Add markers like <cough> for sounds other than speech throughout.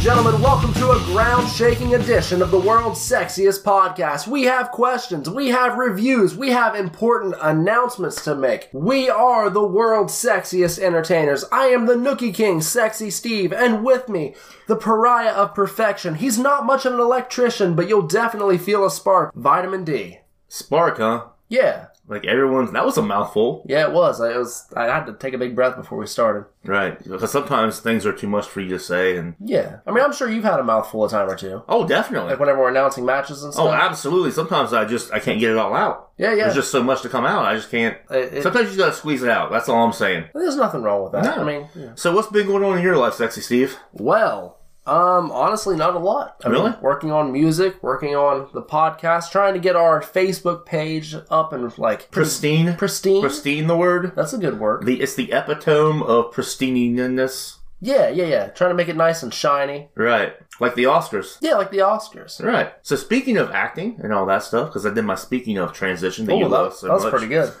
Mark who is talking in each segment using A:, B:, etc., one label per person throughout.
A: gentlemen, welcome to a ground shaking edition of the world's sexiest podcast. We have questions, we have reviews, we have important announcements to make. We are the world's sexiest entertainers. I am the Nookie King, Sexy Steve, and with me, the pariah of perfection. He's not much of an electrician, but you'll definitely feel a spark. Vitamin D.
B: Spark, huh?
A: Yeah,
B: Like everyone's. That was a mouthful,
A: yeah, it was. I, it was. I had to take a big breath before we started.
B: right? Because sometimes things are too much for you to say, and
A: Yeah, I mean, I'm sure you've had a mouthful a time or two.
B: oh, definitely.
A: Like whenever we're announcing matches and stuff.
B: Oh, absolutely. Sometimes I just I can't get it all out.
A: yeah, yeah.
B: There's just so much to come out. I just can't.
A: It- it-
B: Sometimes you gotta squeeze it out. That's all I'm saying.
A: There's nothing wrong with that.
B: No.
A: I mean, yeah.
B: So what's been going on in your life, sexy Steve?
A: well, um, honestly, not a lot. I
B: Really?
A: Mean, working on music, working on the podcast, trying to get our Facebook page up and like pr-
B: Pristine.
A: pristine.
B: Pristine. The word.
A: That's a good word.
B: The it's the epitome of pristineness.
A: Yeah, yeah, yeah. Trying to make it nice and shiny.
B: Right. Like the Oscars.
A: Yeah, like the Oscars.
B: Right. So speaking of acting and all that stuff, because I did my speaking of transition that
A: Ooh,
B: you
A: Oh, that,
B: love so
A: that was
B: much.
A: pretty good.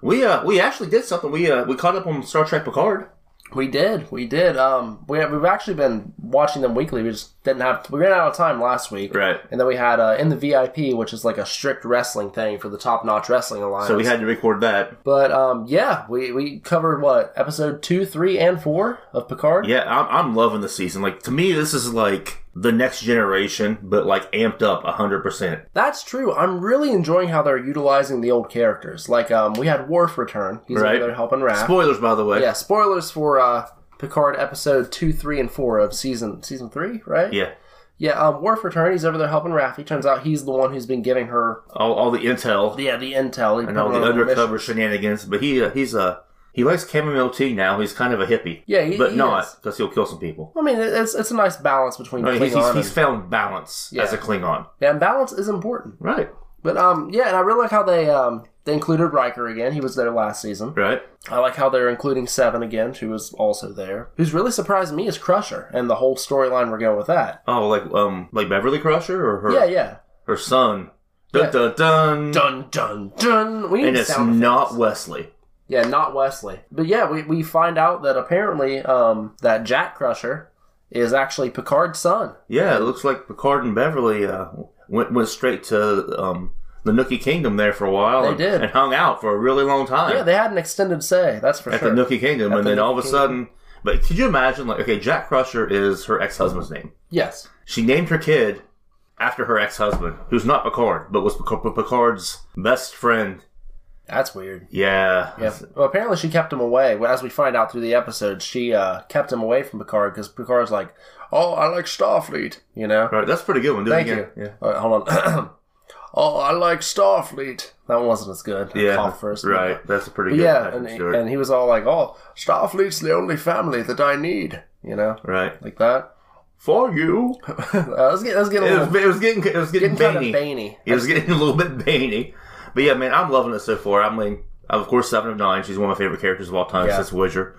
B: We uh we actually did something. We uh we caught up on Star Trek Picard.
A: We did, we did. Um, we have, we've actually been watching them weekly. We just didn't have we ran out of time last week,
B: Right.
A: And then we had uh, in the VIP, which is like a strict wrestling thing for the top notch wrestling alliance.
B: So we had to record that.
A: But um, yeah, we, we covered what episode two, three, and four of Picard.
B: Yeah, I'm I'm loving the season. Like to me, this is like the next generation, but like amped up hundred percent.
A: That's true. I'm really enjoying how they're utilizing the old characters. Like um, we had Worf return. He's
B: Right.
A: over there helping Raph.
B: Spoilers, by the way.
A: yeah, spoilers for uh, Picard episode two, three, and four of season season three, right?
B: Yeah.
A: Yeah. Um, Worf return. He's over there helping Raph. He turns out he's the one who's been giving her
B: All, all the intel
A: yeah the intel
B: and all the undercover shenanigans. But he uh, he's uh, he likes chamomile tea now. He's kind of a hippie.
A: Yeah, he-
B: but
A: he
B: not
A: is.
B: because he'll kill some people.
A: I mean, it- it's it's a nice balance between
B: No, Oh, he's, he's,
A: Klingon
B: he's
A: and,
B: found balance as a
A: Yeah.
B: Klingon.
A: yeah, and balance is important.
B: Right.
A: But um, yeah, and I really like how they um they included Riker again. He was there last season.
B: Right.
A: I like how they're including Seven again, who was also there. Who's really surprised me is Crusher and the whole storyline we're going with that.
B: Oh, like um, like Beverly Crusher or her
A: Yeah, yeah.
B: her son. Dun
A: Yeah.
B: dun dun.
A: Dun dun dun. We need
B: And it's
A: sound
B: not
A: effects.
B: Wesley.
A: yeah, not Wesley. But yeah, we we find out that apparently um that Jack Crusher is actually Picard's son.
B: Yeah, it looks like Picard and Beverly uh, went went straight to um, the Nookie Kingdom there for a while.
A: They
B: and,
A: did.
B: and hung out for a really long time
A: Yeah, they had an extended say. That's for
B: at
A: sure.
B: the Nookie Kingdom,
A: At
B: and
A: the
B: then all of
A: Nookie
B: a sudden, but could you imagine? Like, okay, Jack Crusher is her ex husband's name.
A: yes.
B: She named her kid after her ex husband, who's not Picard, but was Pic- Picard's best friend.
A: That's weird.
B: Yeah,
A: Yeah. Well, apparently she kept him away. Well, As we find out through the episode, she uh, kept him away from Picard because Picard's like, "Oh, I like Starfleet," you know.
B: All right, that's a pretty good one. Do
A: Thank
B: it again.
A: you.
B: Yeah.
A: All right, hold on. <clears throat> oh, I like Starfleet. That one wasn't as good. I
B: Yeah,
A: coughed first,
B: right. That's a pretty
A: But
B: good
A: yeah,
B: Patrick
A: and,
B: Stewart.
A: and he was all like, "Oh, Starfleet's the only family that I need," you know,
B: right
A: like
B: <laughs>
A: that.
B: for you.
A: Uh, let's get let's get a
B: It
A: little
B: was, it was getting it was getting,
A: getting kind of
B: veiny.
A: veiny.
B: It was getting <laughs> a little bit baney. But yeah, man, I'm loving it so far. I mean, of course, Seven of Nine. She's one of my favorite characters of all time
A: Yeah.
B: since Widger.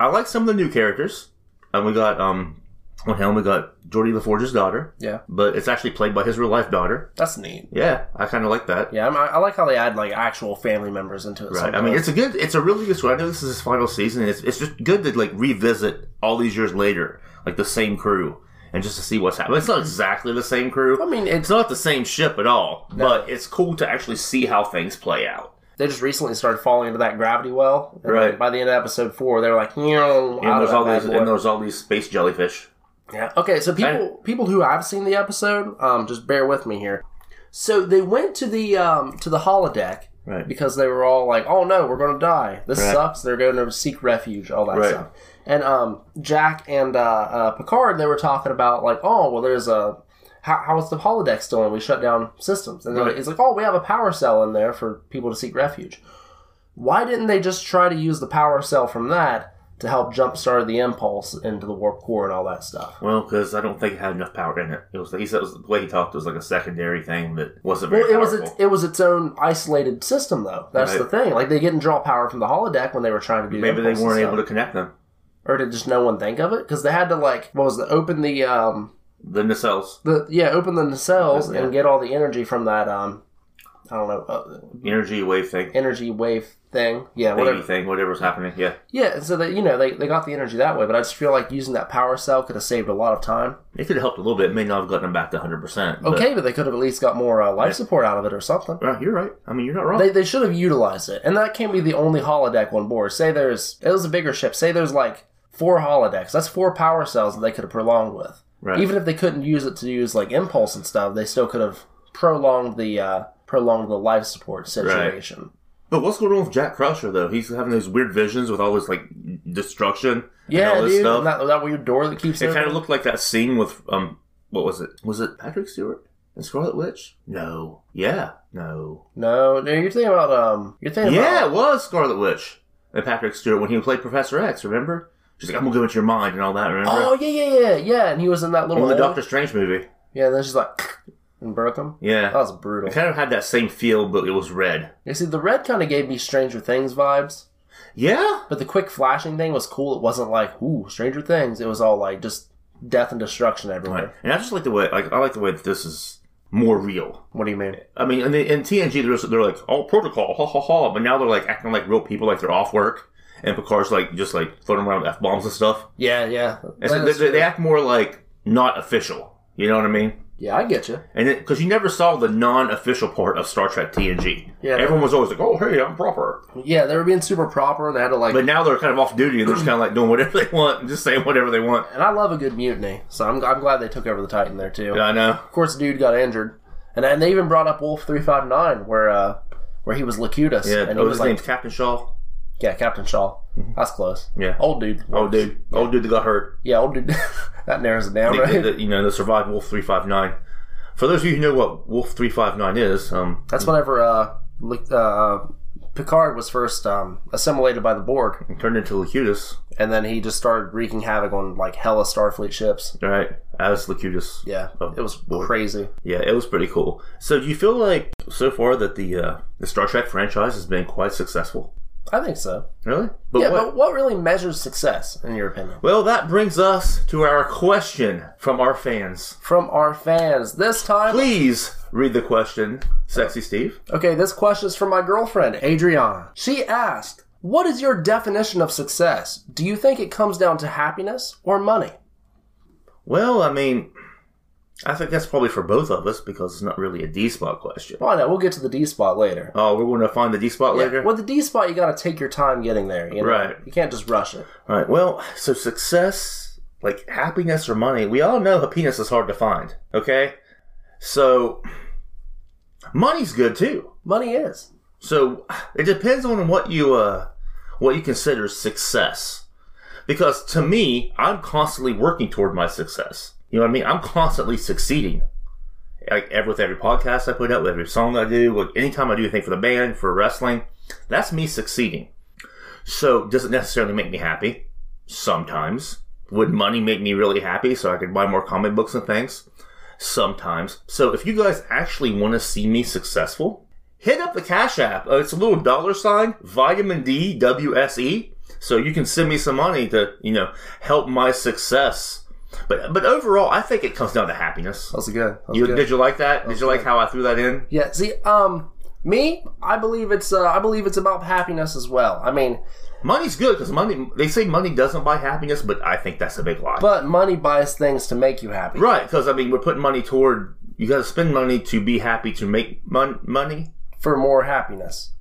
B: I like some of the new characters. And we got, um, on Helm, we got Geordie LaForge's daughter,
A: Yeah,
B: but it's actually played by his real life daughter.
A: that's neat.
B: Yeah, I kind of like that.
A: Yeah, I'm, I, I like how they add like actual family members into it.
B: Right. I mean, it's a good, it's a really good story. I know this is his final season. And it's, it's just good to, like, revisit all these years later, like the same crew, and just to see what's happening. It's not exactly the same crew.
A: I mean,
B: It's
A: it's
B: not the same ship at all, but it's cool to actually see how things play out.
A: they just recently started falling into that gravity well. And
B: Right.
A: then By the end of episode four, they're like, you know,
B: And
A: out of
B: there's
A: that
B: all
A: bad
B: these,
A: boy."
B: and there's all these space jellyfish.
A: Yeah. Okay, so people people who have seen the episode, um, just bear with me here. So they went to the um, to the holodeck
B: Right.
A: because they were all like, "Oh no, we're gonna die. This
B: Right.
A: sucks." They're going to seek refuge, all that
B: Right.
A: stuff. And um, Jack and uh, uh, Picard, they were talking about like, "Oh, well, there's a how, how is the holodeck still and we shut down systems?" And they're like,
B: Right.
A: it's like, "Oh, we have a power cell in there for people to seek refuge." Why didn't they just try to use the power cell from that to help jumpstart the impulse into the warp core and all that stuff?
B: Well, because I don't think it had enough power in it. It was he said it was, the way he talked was like a secondary thing that wasn't very
A: Well, it was
B: powerful.
A: its, it was its own isolated system, though. That's
B: Right.
A: the thing. Like they didn't draw power from the holodeck when they were trying to do.
B: Maybe they
A: impulse and
B: weren't
A: stuff.
B: able to connect them.
A: or did just no one think of it? Because they had to like, what was it? Open the um,
B: The nacelles.
A: the yeah, open the nacelles
B: Yeah.
A: and get all the energy from that um, I don't know, uh,
B: energy wave thing,
A: energy wave thing. Yeah,
B: baby
A: whatever.
B: thing, whatever's happening. Yeah,
A: Yeah, and so that you know they, they got the energy that way, but I just feel like using that power cell could have saved a lot of time.
B: it could have helped a little bit. May not have gotten them back to hundred percent.
A: Okay, but they could have at least got more uh, life support out of it or something.
B: you're right. I mean, you're not wrong.
A: They, they should have utilized it, and that can't be the only holodeck on board. Say there's it was a bigger ship. Say there's like four holodecks. That's four power cells that they could have prolonged with.
B: Right.
A: Even if they couldn't use it to use like impulse and stuff, they still could have prolonged the uh, prolonged the life support situation.
B: but what's going on with Jack Crusher though? He's having those weird visions with all this like destruction. and
A: Yeah,
B: all this
A: dude,
B: Stuff.
A: and that, that weird door that keeps
B: It kind
A: opening.
B: of looked like that scene with um, what was it? Was it Patrick Stewart and Scarlet Witch? No. Yeah. No.
A: No, no, you're thinking about um, you're thinking
B: Yeah,
A: about
B: it was Scarlet Witch and Patrick Stewart when he played Professor X. Remember? She's like, I'm gonna go into your mind and all that. Remember?
A: Oh yeah, yeah, yeah, yeah. And he was in that
B: From
A: little
B: the
A: old-
B: Doctor Strange movie.
A: Yeah, and then she's like, <clears throat> and broke him.
B: Yeah.
A: That was
B: It
A: brutal.
B: <laughs> kind of had that same feel, but it was red.
A: You see, the red kind of gave me Stranger Things vibes,
B: Yeah.
A: but the quick flashing thing was cool. It wasn't like ooh Stranger Things. It was all like just death and destruction everywhere.
B: Right. And I just like the way, like, I like the way that this is more real.
A: What do you mean?
B: I mean, in, the, in TNG, they're, just- they're like, oh, protocol, ha ha ha. But now they're like acting like real people, like they're off work. And Picard's like, just like floating around with F bombs and stuff.
A: Yeah, yeah.
B: And so they,
A: That's
B: they, they
A: true.
B: act more like not official. You know what I mean?
A: yeah, I get you.
B: And because you never saw the non-official part of Star Trek TNG,
A: Yeah.
B: everyone was always like, "Oh, hey, I'm proper,"
A: Yeah, they were being super proper, and they had to like.
B: but now they're kind of off duty and they're just kind of like doing whatever <laughs> they want and just saying whatever they want.
A: and I love a good mutiny, so I'm, I'm glad they took over the Titan there too.
B: I know.
A: Of course, dude got injured, and and they even brought up Wolf three five nine, where uh, where he was Lacutus,
B: Yeah,
A: and he
B: oh,
A: was
B: his
A: like,
B: name's Captain Shaw.
A: yeah, Captain Shaw. That's close.
B: Yeah.
A: old dude.
B: Old dude, old dude that got hurt.
A: Yeah, old dude. <laughs> that narrows it down,
B: The-
A: right?
B: the- you know, the survived Wolf three five nine. For those of you who know what Wolf three five nine is, um,
A: That's whenever uh, Lic- uh, Picard was first um, assimilated by the Borg,
B: it turned into Locutus,
A: and then he just started wreaking havoc on like hella Starfleet ships.
B: right? As Locutus.
A: Yeah,
B: Oh,
A: it was
B: Borg.
A: crazy.
B: Yeah, it was pretty cool. So, do you feel like so far that the uh, the Star Trek franchise has been quite successful?
A: I think so.
B: Really? But
A: yeah, but what really measures success in your opinion?
B: Well, that brings us to our question from our fans.
A: From our fans this time.
B: Please read the question, Sexy Steve.
A: Okay, this question is from my girlfriend, Adriana. She asked, What is your definition of success? Do you think it comes down to happiness or money?
B: Well, I mean, I think that's probably for both of us because it's not really a D spot question.
A: Well, I know, we'll get to the D spot later.
B: Oh, we're going to find the D spot later?
A: With the D spot, you gotta take your time getting there. You know?
B: Right.
A: You can't just rush it.
B: All right, well, so success, like happiness or money, we all know happiness is hard to find, okay? So, money's good too.
A: Money is.
B: So it depends on what you uh, what you consider success. Because to me, I'm constantly working toward my success. You know what I mean? I'm constantly succeeding. Like every, with every podcast I put out, with every song I do, like anytime I do anything for the band, for wrestling, that's me succeeding. So does it necessarily make me happy? Sometimes. Would money make me really happy so I could buy more comic books and things? Sometimes. So if you guys actually want to see me successful, hit up the Cash App. Uh, it's a little dollar sign, vitamin D WSE. So you can send me some money to, you know, help my success. But but overall, I think it comes down to happiness.
A: That's good. That's
B: You,
A: good.
B: did you like that? Did you like how I threw that in?
A: Yeah. See, um, me, I believe it's uh, I believe it's about happiness as well. I mean,
B: Money's good because money. They say money doesn't buy happiness, but I think that's a big lie.
A: but money buys things to make you happy.
B: right? Because I mean, we're putting money toward. You got to spend money to be happy to make mon- money.
A: For more happiness.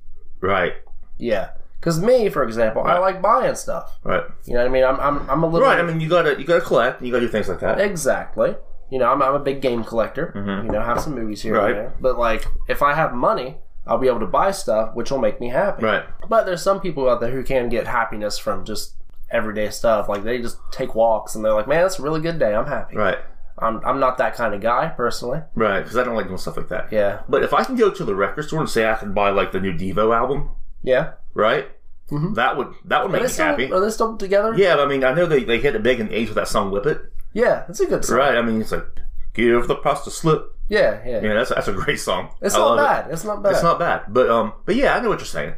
B: Right.
A: Yeah. Because me, for example, I like buying stuff.
B: Right.
A: You know what I mean? I'm I'm, I'm a little
B: Right. I mean, you gotta you gotta collect. You gotta do things like that.
A: Exactly. You know, I'm, I'm a big game collector. You know, I have some movies here
B: Mm-hmm. Right.
A: and there. But, like, if I have money, I'll be able to buy stuff, which will make me happy.
B: Right.
A: But there's some people out there who can get happiness from just everyday stuff. Like, they just take walks and they're like, man, it's a really good day. I'm happy.
B: Right.
A: I'm, I'm not that kind of guy, personally.
B: Right. Because I don't like doing stuff like that.
A: Yeah.
B: But if I can go to the record store and say I can buy like the new Devo album,
A: Yeah.
B: right? That would that would
A: Are they, Mm-hmm.
B: make me
A: still,
B: happy.
A: are they still together?
B: Yeah, but I mean, I know they, they hit it big in the 80s with that song "Whip It,"
A: Yeah, it's a good song.
B: right? I mean, it's like give the past a slip.
A: Yeah, yeah.
B: Yeah, that's that's a great song.
A: It's,
B: I
A: not
B: love it.
A: bad. it's not bad.
B: It's not bad, but um, but yeah, I know what you're saying.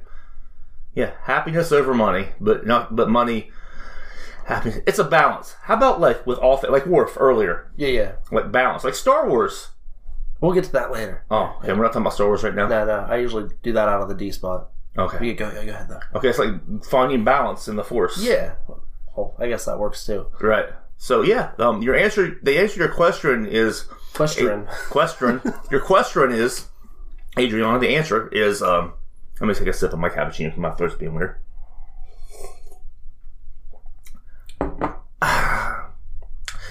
B: Yeah, happiness over money, but not but money. Happiness. It's a balance. How about like with all thi- like Worf earlier,
A: Yeah, yeah.
B: like balance, like Star Wars.
A: We'll get to that later.
B: Oh, okay. We're not talking about Star Wars right now.
A: No, no. I usually do that out of the D spot.
B: Okay.
A: You go, go ahead though.
B: Okay, it's like finding balance in the Force.
A: Yeah. Oh, I guess that works too.
B: Right. So yeah, um, your answer, the answer to your question is
A: Question.
B: question. your question is, Adriana. The answer is, um, let me take a sip of my cappuccino. 'cause My throat's being weird. <sighs>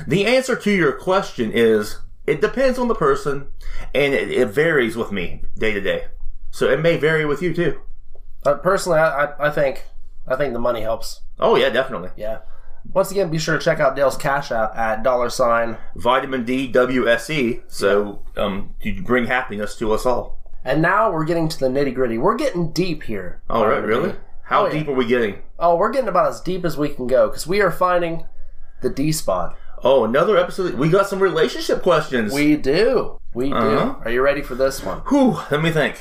B: The answer to your question is, it depends on the person, and it, it varies with me day to day. So it may vary with you too.
A: Uh, personally, I, I, I think I think the money helps.
B: Oh yeah, definitely.
A: Yeah. Once again, be sure to check out Dale's Cash App at dollar sign.
B: Vitamin D WSE. So um, you bring happiness to us all.
A: And now we're getting to the nitty gritty. We're getting deep here.
B: All right, Oh, really? How
A: Oh, yeah.
B: deep are we getting?
A: Oh, we're getting about as deep as we can go because we are finding the D spot.
B: Oh, another episode. We got some relationship questions.
A: We do. We
B: Uh-huh.
A: do. Are you ready for this one?
B: Whew, let me think.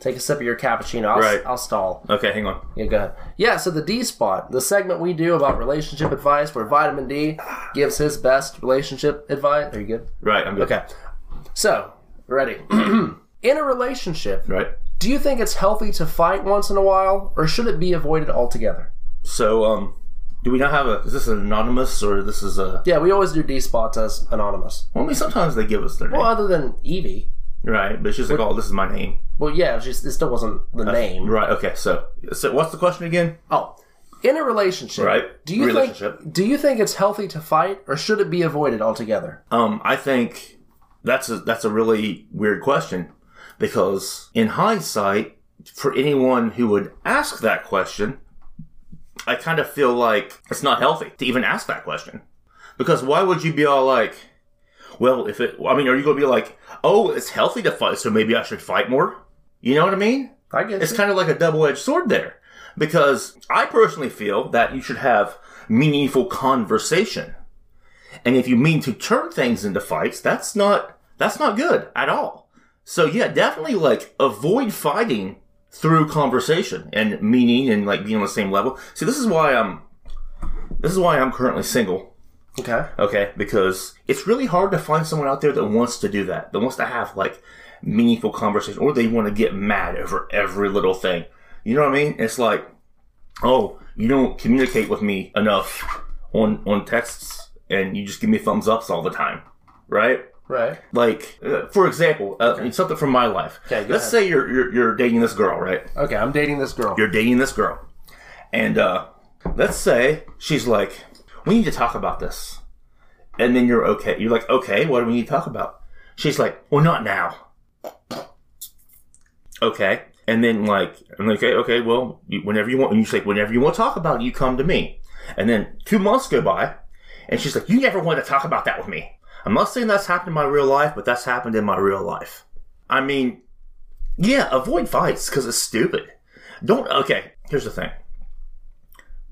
A: Take a sip of your cappuccino. I'll,
B: Right.
A: I'll stall.
B: Okay, hang on.
A: Yeah, go ahead. Yeah, so the D spot, the segment we do about relationship advice where Vitamin D gives his best relationship advice. Are you good?
B: Right, I'm good.
A: Okay. So, ready. <clears throat> in a relationship,
B: Right.
A: do you think it's healthy to fight once in a while or should it be avoided altogether?
B: So, um, do we not have a? Is this an anonymous or this is a?
A: Yeah, we always do D spots as anonymous.
B: Well, I mean, sometimes they give us their name.
A: Well, other than Evie.
B: right, but it's just like, oh, this is my name.
A: Well, yeah, it, just, it still wasn't the name.
B: Right. Okay. So, so what's the question again?
A: Oh, in a relationship,
B: Right.
A: Do you
B: Relationship.
A: think do you think it's healthy to fight, or should it be avoided altogether?
B: Um, I think that's a that's a really weird question because in hindsight, for anyone who would ask that question, I kind of feel like it's not healthy to even ask that question because why would you be all like, well, if it, I mean, are you going to be like, oh, it's healthy to fight, so maybe I should fight more? You know what I mean?
A: I guess
B: It's kind of like a double edged sword there because I personally feel that you should have meaningful conversation. And if you mean to turn things into fights, that's not that's not good at all. So yeah, definitely like avoid fighting through conversation and meaning and like being on the same level. See, this is why I'm this is why I'm currently single.
A: okay.
B: Okay, because it's really hard to find someone out there that wants to do that, that wants to have like meaningful conversation, or they want to get mad over every little thing. You know what I mean? It's like, oh, you don't communicate with me enough on on texts, and you just give me thumbs ups all the time, right?
A: Right.
B: Like, uh, for example, uh, something from my life.
A: Okay, go
B: Let's
A: ahead.
B: say you're, you're you're dating this girl, right?
A: Okay, I'm dating this girl.
B: you're dating this girl and uh let's say she's like we need to talk about this and then you're okay you're like okay what do we need to talk about she's like well not now okay and then like I'm like, okay okay well you, whenever you want and you say whenever you want to talk about it you come to me and then two months go by and she's like you never want to talk about that with me i'm not saying that's happened in my real life but that's happened in my real life i mean yeah avoid fights because it's stupid don't okay here's the thing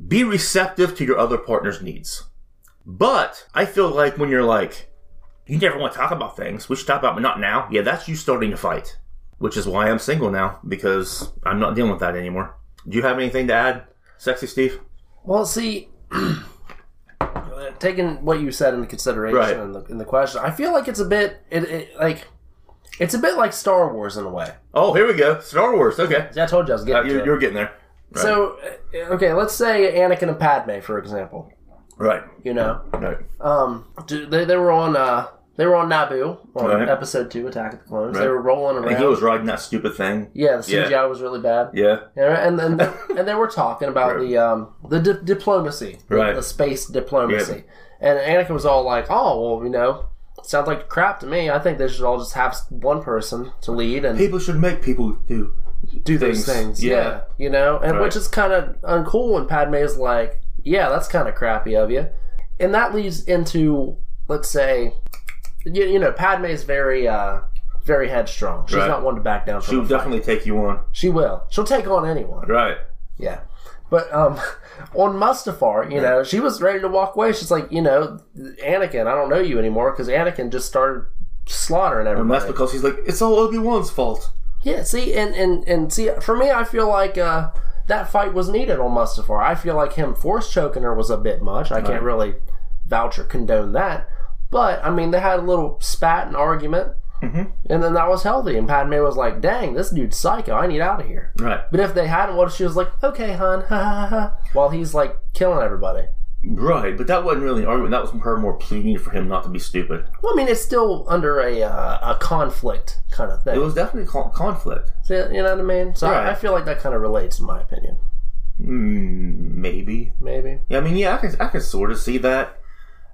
B: be receptive to your other partner's needs but i feel like when you're like you never want to talk about things we should talk about but not now yeah that's you starting to fight which is why i'm single now because i'm not dealing with that anymore do you have anything to add sexy steve
A: Well, see, <clears throat> taking what you said into consideration
B: Right.
A: in, the, in the question, I feel like it's a bit it, it like it's a bit like Star Wars in a way.
B: oh here we go star wars okay
A: See, I told you I was getting to
B: Uh, you're,
A: it.
B: you're getting there right.
A: So, uh, okay, let's say Anakin and Padme, for example.
B: right
A: You know,
B: right
A: um, do- they, they were on uh, they were on Naboo on
B: Right.
A: episode two, Attack of the Clones. They
B: Right.
A: were rolling
B: i think he
A: around.
B: was riding that stupid thing
A: Yeah, the
B: Yeah.
A: CGI was really bad.
B: yeah
A: Yeah, and
B: <laughs>
A: and and they were talking about the um the di- diplomacy, the-
B: Right.
A: The space diplomacy, and Anakin was all like, "Oh, well, you know, sounds like crap to me. I think they should all just have s- one person to lead and
B: people should make people do
A: do those
B: things,
A: things."
B: yeah.
A: Yeah, you know, and
B: Right.
A: which is kind of uncool. And Padme is like, "Yeah, that's kind of crappy of you," and that leads into let's say, you, you know, Padme is very uh very headstrong. She's
B: Right.
A: not one to back down from.
B: she'll
A: a fight.
B: definitely take you on
A: She will. She'll take on anyone.
B: right
A: Yeah. But um, <laughs> on Mustafar, you know, she was ready to walk away. She's like, you know, Anakin, I don't know you anymore because Anakin just started slaughtering
B: and
A: everybody.
B: that's because he's like it's all obi-wan's fault
A: yeah, see, and, and, and see, for me, I feel like uh, that fight was needed on Mustafar. I feel like him force choking her was a bit much. I can't really vouch or condone that. But I mean, they had a little spat and argument,
B: Mhm.
A: and then that was healthy. And Padme was like, "Dang, this dude's psycho. I need out of here."
B: Right.
A: But if they hadn't, what if she was like, "Okay, hon," ha ha ha, ha," while he's like killing everybody?
B: Right. But that wasn't really an argument. That was her more pleading for him not to be stupid.
A: Well, I mean, it's still under a uh, a conflict kind of
B: It
A: thing.
B: was definitely con- conflict.
A: See, you know what I mean? So
B: Right.
A: I, I feel like that kind of relates, in my opinion.
B: Mm, maybe.
A: Maybe
B: Yeah, I mean, yeah, I can, I can sort of see that.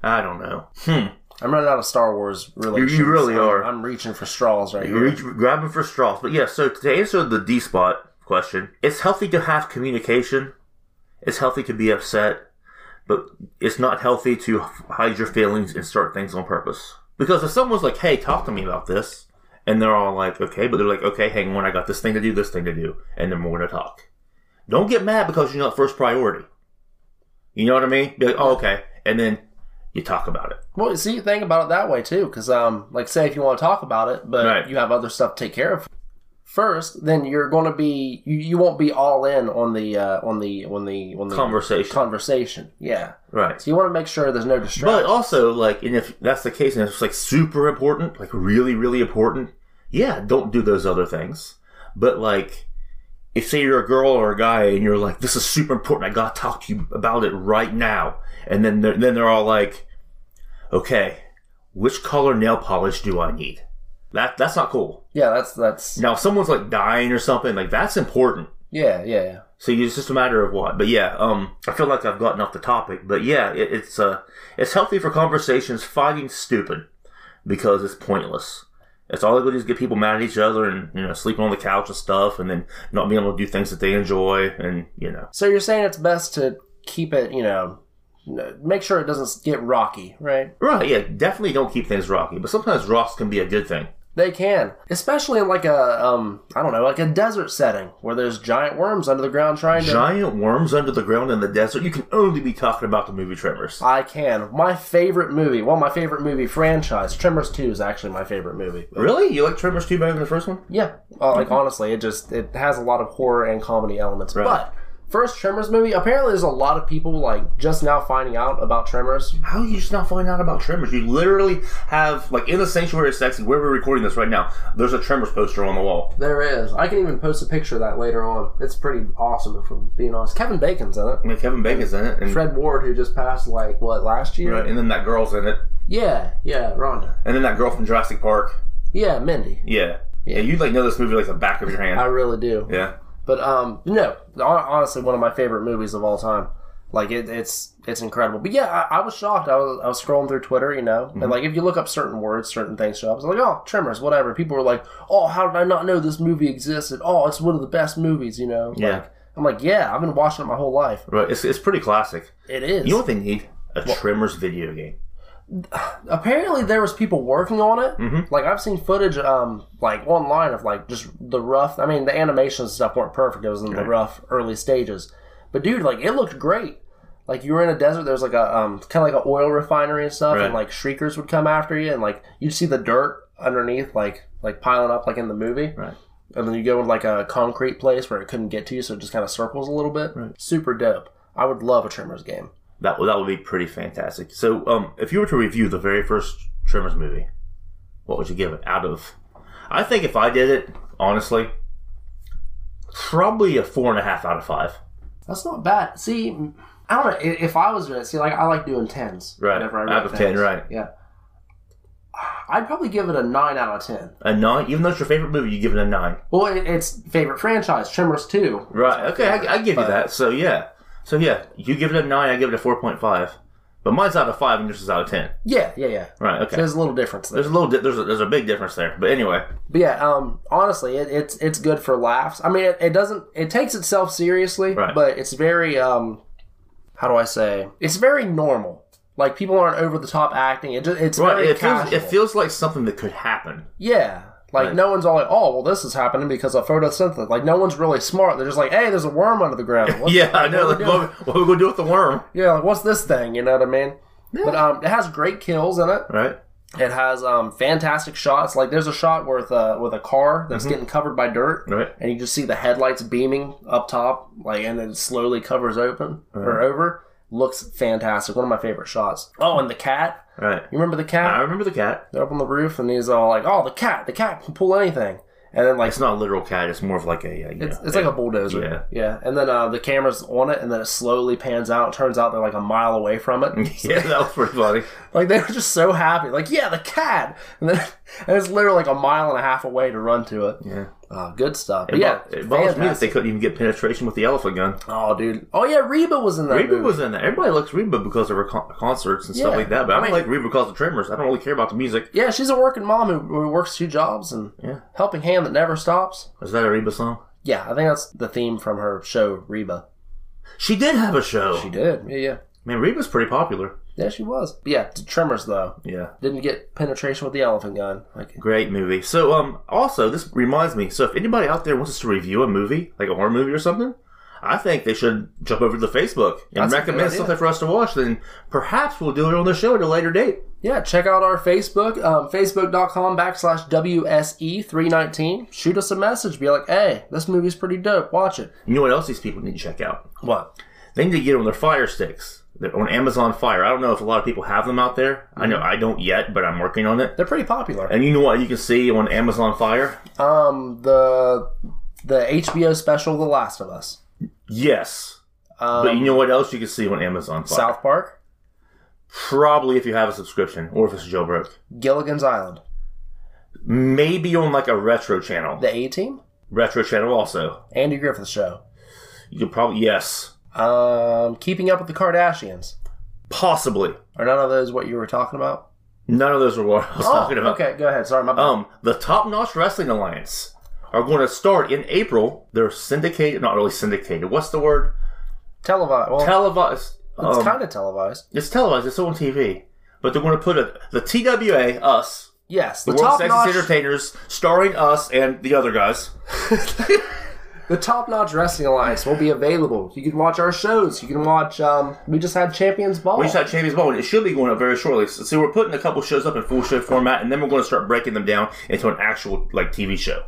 B: I don't know. Hmm.
A: I'm running out of Star Wars relations.
B: really
A: I'm-
B: are.
A: I'm reaching for straws right
B: You're
A: here.
B: each grabbing for straws. But yeah, so to answer the D spot question, it's healthy to have communication. It's healthy to be upset, but it's not healthy to hide your feelings and start things on purpose. Because if someone's like, "Hey, talk to me about this," and they're all like, "Okay," but they're like, "Okay, hang on, I got this thing to do, this thing to do," and then we're gonna talk. Don't get mad because you're not first priority. You know what I mean? Be like, "Oh, okay," and then you talk about it.
A: Well, see, think about it that way too, because um, like say if you want to talk about it, but
B: Right.
A: you have other stuff to take care of first, then you're going to be you, you won't be all in on the uh, on the on the on the
B: Conversation,
A: conversation. Yeah,
B: right?
A: so you want to make sure there's no
B: But
A: distraction.
B: also, like, and if that's the case, and it's like super important, like really, really important, yeah, don't do those other things. But like, if say you're a girl or a guy, and you're like, this is super important, I gotta talk to you about it right now, and then they're, then they're all like, okay, which color nail polish do I need? That that's not cool.
A: yeah, that's that's
B: Now, if someone's like dying or something, like that's important.
A: yeah yeah. yeah.
B: So you- it's just a matter of what. But yeah, um, I feel like I've gotten off the topic. But yeah, it, it's uh, it's healthy for conversations. Fighting stupid because it's pointless. It's all they do is get people mad at each other and you know sleeping on the couch and stuff, and then not being able to do things that they enjoy, and you know.
A: So you're saying it's best to keep it, you know, n- make sure it doesn't get rocky, right?
B: Right? Yeah, definitely don't keep things rocky. But sometimes rocks can be a good thing.
A: They can, especially in like a um, I don't know, like a desert setting where there's giant worms under the ground trying to.
B: Giant worms under the ground in the desert. You can only be talking about the movie Tremors.
A: I can. My favorite movie, well, my favorite movie franchise, Tremors Two is actually my favorite movie.
B: Really? You like Tremors two better than the first one?
A: Yeah, uh, like honestly, it just it has a lot of horror and comedy elements. But first Tremors movie, apparently there's a lot of people like just now finding out about Tremors.
B: How are you just not finding out about Tremors? You literally have like in the sanctuary of sexy where we're recording this right now. There's a Tremors poster on the wall.
A: There is. I can even post a picture of that later on. It's pretty awesome if I'm being honest. Kevin Bacon's in it.
B: I mean, Kevin Bacon's in it, and
A: Fred Ward, who just passed like what last year?
B: right, and then that girl's in it,
A: Yeah, yeah, Rhonda.
B: and then that girl from Jurassic Park.
A: Yeah, Mindy.
B: Yeah, yeah. you like know this movie like the back of your hand.
A: I really do.
B: yeah,
A: But um, no, hon- honestly, one of my favorite movies of all time. Like it, it's it's incredible. But yeah, I, I was shocked. I was I was scrolling through Twitter, you know,
B: Mm-hmm.
A: and like if you look up certain words, certain things show up. I was like, oh, Tremors, whatever. People were like, oh, how did I not know this movie existed? Oh, it's one of the best movies, you know.
B: Yeah.
A: Like, I'm like, yeah, I've been watching it my whole life.
B: right. It's, it's pretty classic.
A: It is.
B: You know what they need? A Tremors video game.
A: apparently there was people working on it
B: Mm-hmm.
A: like i've seen footage um like online of like just the rough i mean the animation and stuff weren't perfect it was in the rough early stages but dude like it looked great like you were in a desert there was like a um kind of like an oil refinery and stuff
B: Right.
A: and like shriekers would come after you and like you'd see the dirt underneath like like piling up like in the movie
B: Right.
A: and then you go in like a concrete place where it couldn't get to you so it just kind of circles a little bit super dope i would love a tremors game
B: That that would be pretty fantastic. So, um, if you were to review the very first Tremors movie, what would you give it out of? I think if I did it, honestly, probably a four and a half out of five.
A: That's not bad. See, I don't know i- if I was doing it. See, like I like doing tens.
B: Right.
A: whenever I
B: Out
A: read
B: of 10,
A: things.
B: right.
A: Yeah. I'd probably give it a nine out of ten.
B: A nine, even though it's your favorite movie, you give it a nine.
A: Well, it, it's favorite franchise, Tremors two.
B: Right? Okay, I, I give you that. So yeah, so yeah, you give it a nine, I give it a four point five, but mine's out of five and yours is out of ten.
A: Yeah, yeah, yeah.
B: Right? Okay.
A: There's a little difference there.
B: There's a little, di- there's a, there's a big difference there. But anyway,
A: But yeah, um, honestly, it, it's it's good for laughs. I mean, it, it doesn't it takes itself seriously,
B: Right.
A: but it's very um, how do I say? It's very normal. Like people aren't over the top acting. It just it's
B: right?
A: very
B: It feels it
A: casual.
B: feels like something that could happen.
A: Yeah. Like
B: Right.
A: no one's all like, oh, well, this is happening because of photosynthesis. Like no one's really smart. They're just like, hey, there's a worm under the
B: <laughs>
A: ground. What's-
B: Yeah, I
A: like,
B: know.
A: what are
B: Like,
A: we
B: what,
A: doing?
B: we- what we gonna do with the worm?
A: yeah, like what's this thing? You know what I mean? But um, it has great kills in it.
B: Right?
A: It has um, fantastic shots. Like there's a shot with uh, with a car
B: Mm-hmm.
A: that's getting covered by dirt,
B: Right.
A: and you just see the headlights beaming up top, like, and then it
B: Uh-huh.
A: slowly covers open or over. Looks fantastic. One of my favorite shots. Oh, and the cat.
B: Right.
A: You remember the cat?
B: I remember the cat.
A: They're up on the roof, and he's all like, "Oh, the cat! The cat can pull anything." And then like
B: It's not a literal cat. It's more of like a. Uh, you
A: It's,
B: <laughs> know,
A: it's like a bulldozer.
B: Yeah.
A: And then uh, the camera's on it, and then it slowly pans out. It turns out they're like a mile away from it.
B: <laughs> yeah, that was pretty funny.
A: like they were just so happy. Like, yeah, the cat. And then <laughs> and it's literally like a mile and a half away to run to it.
B: Yeah.
A: Uh, good stuff. But <laughs>
B: It
A: yeah.
B: yeah, it bothers me that
A: fantastic.
B: they couldn't even get penetration with the elephant gun.
A: Oh, dude. Oh yeah, Reba was in that.
B: Reba
A: movie.
B: was in there. Everybody likes Reba because of her con- concerts and stuff
A: Yeah.
B: like that. But I,
A: I mean-
B: don't like Reba because of Tremors. I don't really care about the music.
A: Yeah, she's a working mom who, who works two jobs and
B: Yeah.
A: helping hand that never stops.
B: Is that a Reba song?
A: Yeah, I think that's the theme from her show Reba.
B: She did have a show.
A: She did. Yeah, yeah.
B: Man, Reba's pretty popular.
A: Yeah, she was. But yeah, Tremors though
B: Yeah.
A: didn't get penetration with the elephant gun. Like,
B: Great movie. So, um, also this reminds me. So, if anybody out there wants us to review a movie, like a horror movie or something, I think they should jump over to the Facebook and
A: That's a good
B: recommend
A: idea.
B: something for us to watch. Then perhaps we'll do it on the show at a later date.
A: Yeah, check out our Facebook, um, facebook.com backslash WSE319. Shoot us a message. Be like, hey, this movie's pretty dope. Watch it.
B: You know what else these people need to check out?
A: What?
B: They need to get on their Fire sticks. They're on Amazon Fire. I don't know if a lot of people have them out there. I
A: Mm-hmm.
B: know I don't yet, but I'm working on it.
A: They're pretty popular.
B: And you know what you can see on Amazon Fire?
A: Um, the the HBO special The Last of Us.
B: Yes.
A: Um,
B: But you know what else you can see on Amazon Fire?
A: South Park,
B: Probably if you have a subscription or if it's jailbroke.
A: Gilligan's Island,
B: Maybe on like a retro channel.
A: The A Team,
B: Retro channel also.
A: Andy Griffith Show,
B: You could probably yes.
A: um, Keeping Up with the Kardashians.
B: Possibly.
A: Are none of those what you were talking about?
B: None of those are what I was talking about.
A: Oh, okay, go ahead. Sorry, my bad.
B: Um, the Top Notch Wrestling Alliance are going to start in April. They're syndicated, not really syndicated. What's the word?
A: televised. Well,
B: Televised.
A: it's
B: um,
A: kind of televised.
B: It's televised. It's on TV. But they're going to put a, the TWA, us,
A: Yes,
B: the,
A: the
B: World
A: top
B: Sexiest
A: notch.
B: Entertainers, starring us and the other guys.
A: The Top Notch Wrestling Alliance will be available. You can watch our shows. You can watch. Um, we just had Champions Ball.
B: We just had Champions Bowl, and it should be going up very shortly. So, see, we're putting a couple shows up in full show format, and then we're going to start breaking them down into an actual like TV show.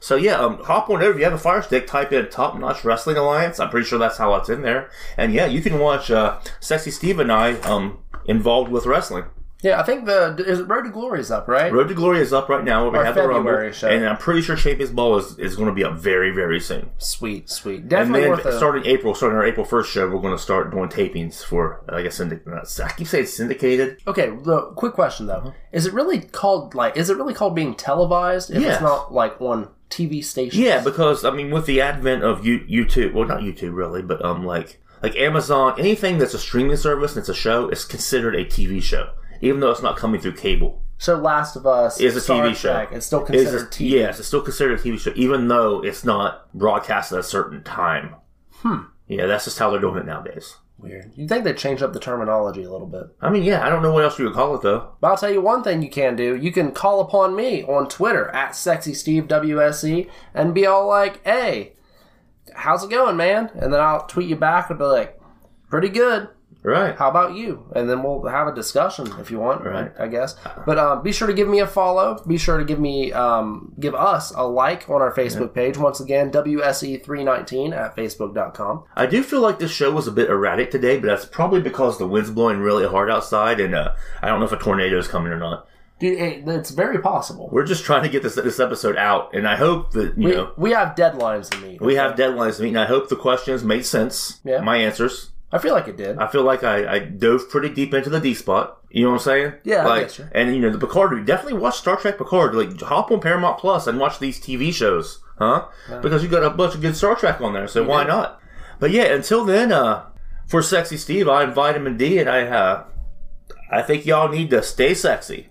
B: So yeah, um, hop on over. If you have a Fire Stick, type in Top Notch Wrestling Alliance. I'm pretty sure that's how it's in there. And yeah, you can watch uh, Sexy Steve and I um, involved with wrestling.
A: yeah, I think the is it Road to Glory is up, right?
B: Road to Glory is up right now. where We
A: Our
B: have the
A: February
B: Rumble,
A: show.
B: and I'm pretty sure Champions Bowl is, is going to be up very very soon.
A: sweet, sweet.
B: And
A: Definitely
B: then
A: worth it.
B: starting April, starting our April first show, we're going to start doing tapings for I guess syndic- I keep saying syndicated.
A: okay, look, quick question
B: Uh-huh.
A: though: Is it really called like? Is it really called being televised if
B: Yes.
A: it's not like on TV station?
B: Yeah, because I mean, with the advent of you, YouTube, well, not YouTube really, but um, like like Amazon, anything that's a streaming service and it's a show is considered a TV show, even though it's not coming through cable.
A: So Last of Us
B: It's a
A: Star
B: TV show.
A: Trek, It's still
B: It is
A: considered
B: a-
A: TV.
B: Yes, it's still considered a TV show, even though it's not broadcast at a certain time. Hmm. Yeah, that's just how they're doing it nowadays.
A: Weird. You think they changed up the terminology a little bit?
B: I mean, yeah, I don't know what else you would call it though.
A: But I'll tell you one thing you can do. You can call upon me on Twitter at SexySteveWSE and be all like, hey, how's it going, man? And then I'll tweet you back and be like, pretty good.
B: Right.
A: How about you? And then we'll have a discussion if you want,
B: Right.
A: I, I guess. But um, be sure to give me a follow. Be sure to give me, um, give us a like on our Facebook page. Once again, WSE319 at Facebook.com.
B: I do feel like this show was a bit erratic today, but that's probably because the wind's blowing really hard outside, and uh, I don't know if a tornado is coming or not.
A: Dude, it, it's very possible.
B: We're just trying to get this this episode out, and I hope that you
A: We,
B: know
A: we have deadlines to meet.
B: we have deadlines to meet. And I hope the questions made sense.
A: Yeah.
B: My answers.
A: I feel like it did.
B: I feel like I, I dove pretty deep into the D spot. You know what I'm saying?
A: Yeah, I
B: Like,
A: get you.
B: and you know the Picard. Definitely watch Star Trek Picard. Like hop on Paramount Plus and watch these TV shows, huh?
A: Uh,
B: Because you got a bunch of good Star Trek on there, so why not? But yeah, until then, uh, for sexy Steve, I'm Vitamin D, and I uh, I think y'all need to stay sexy.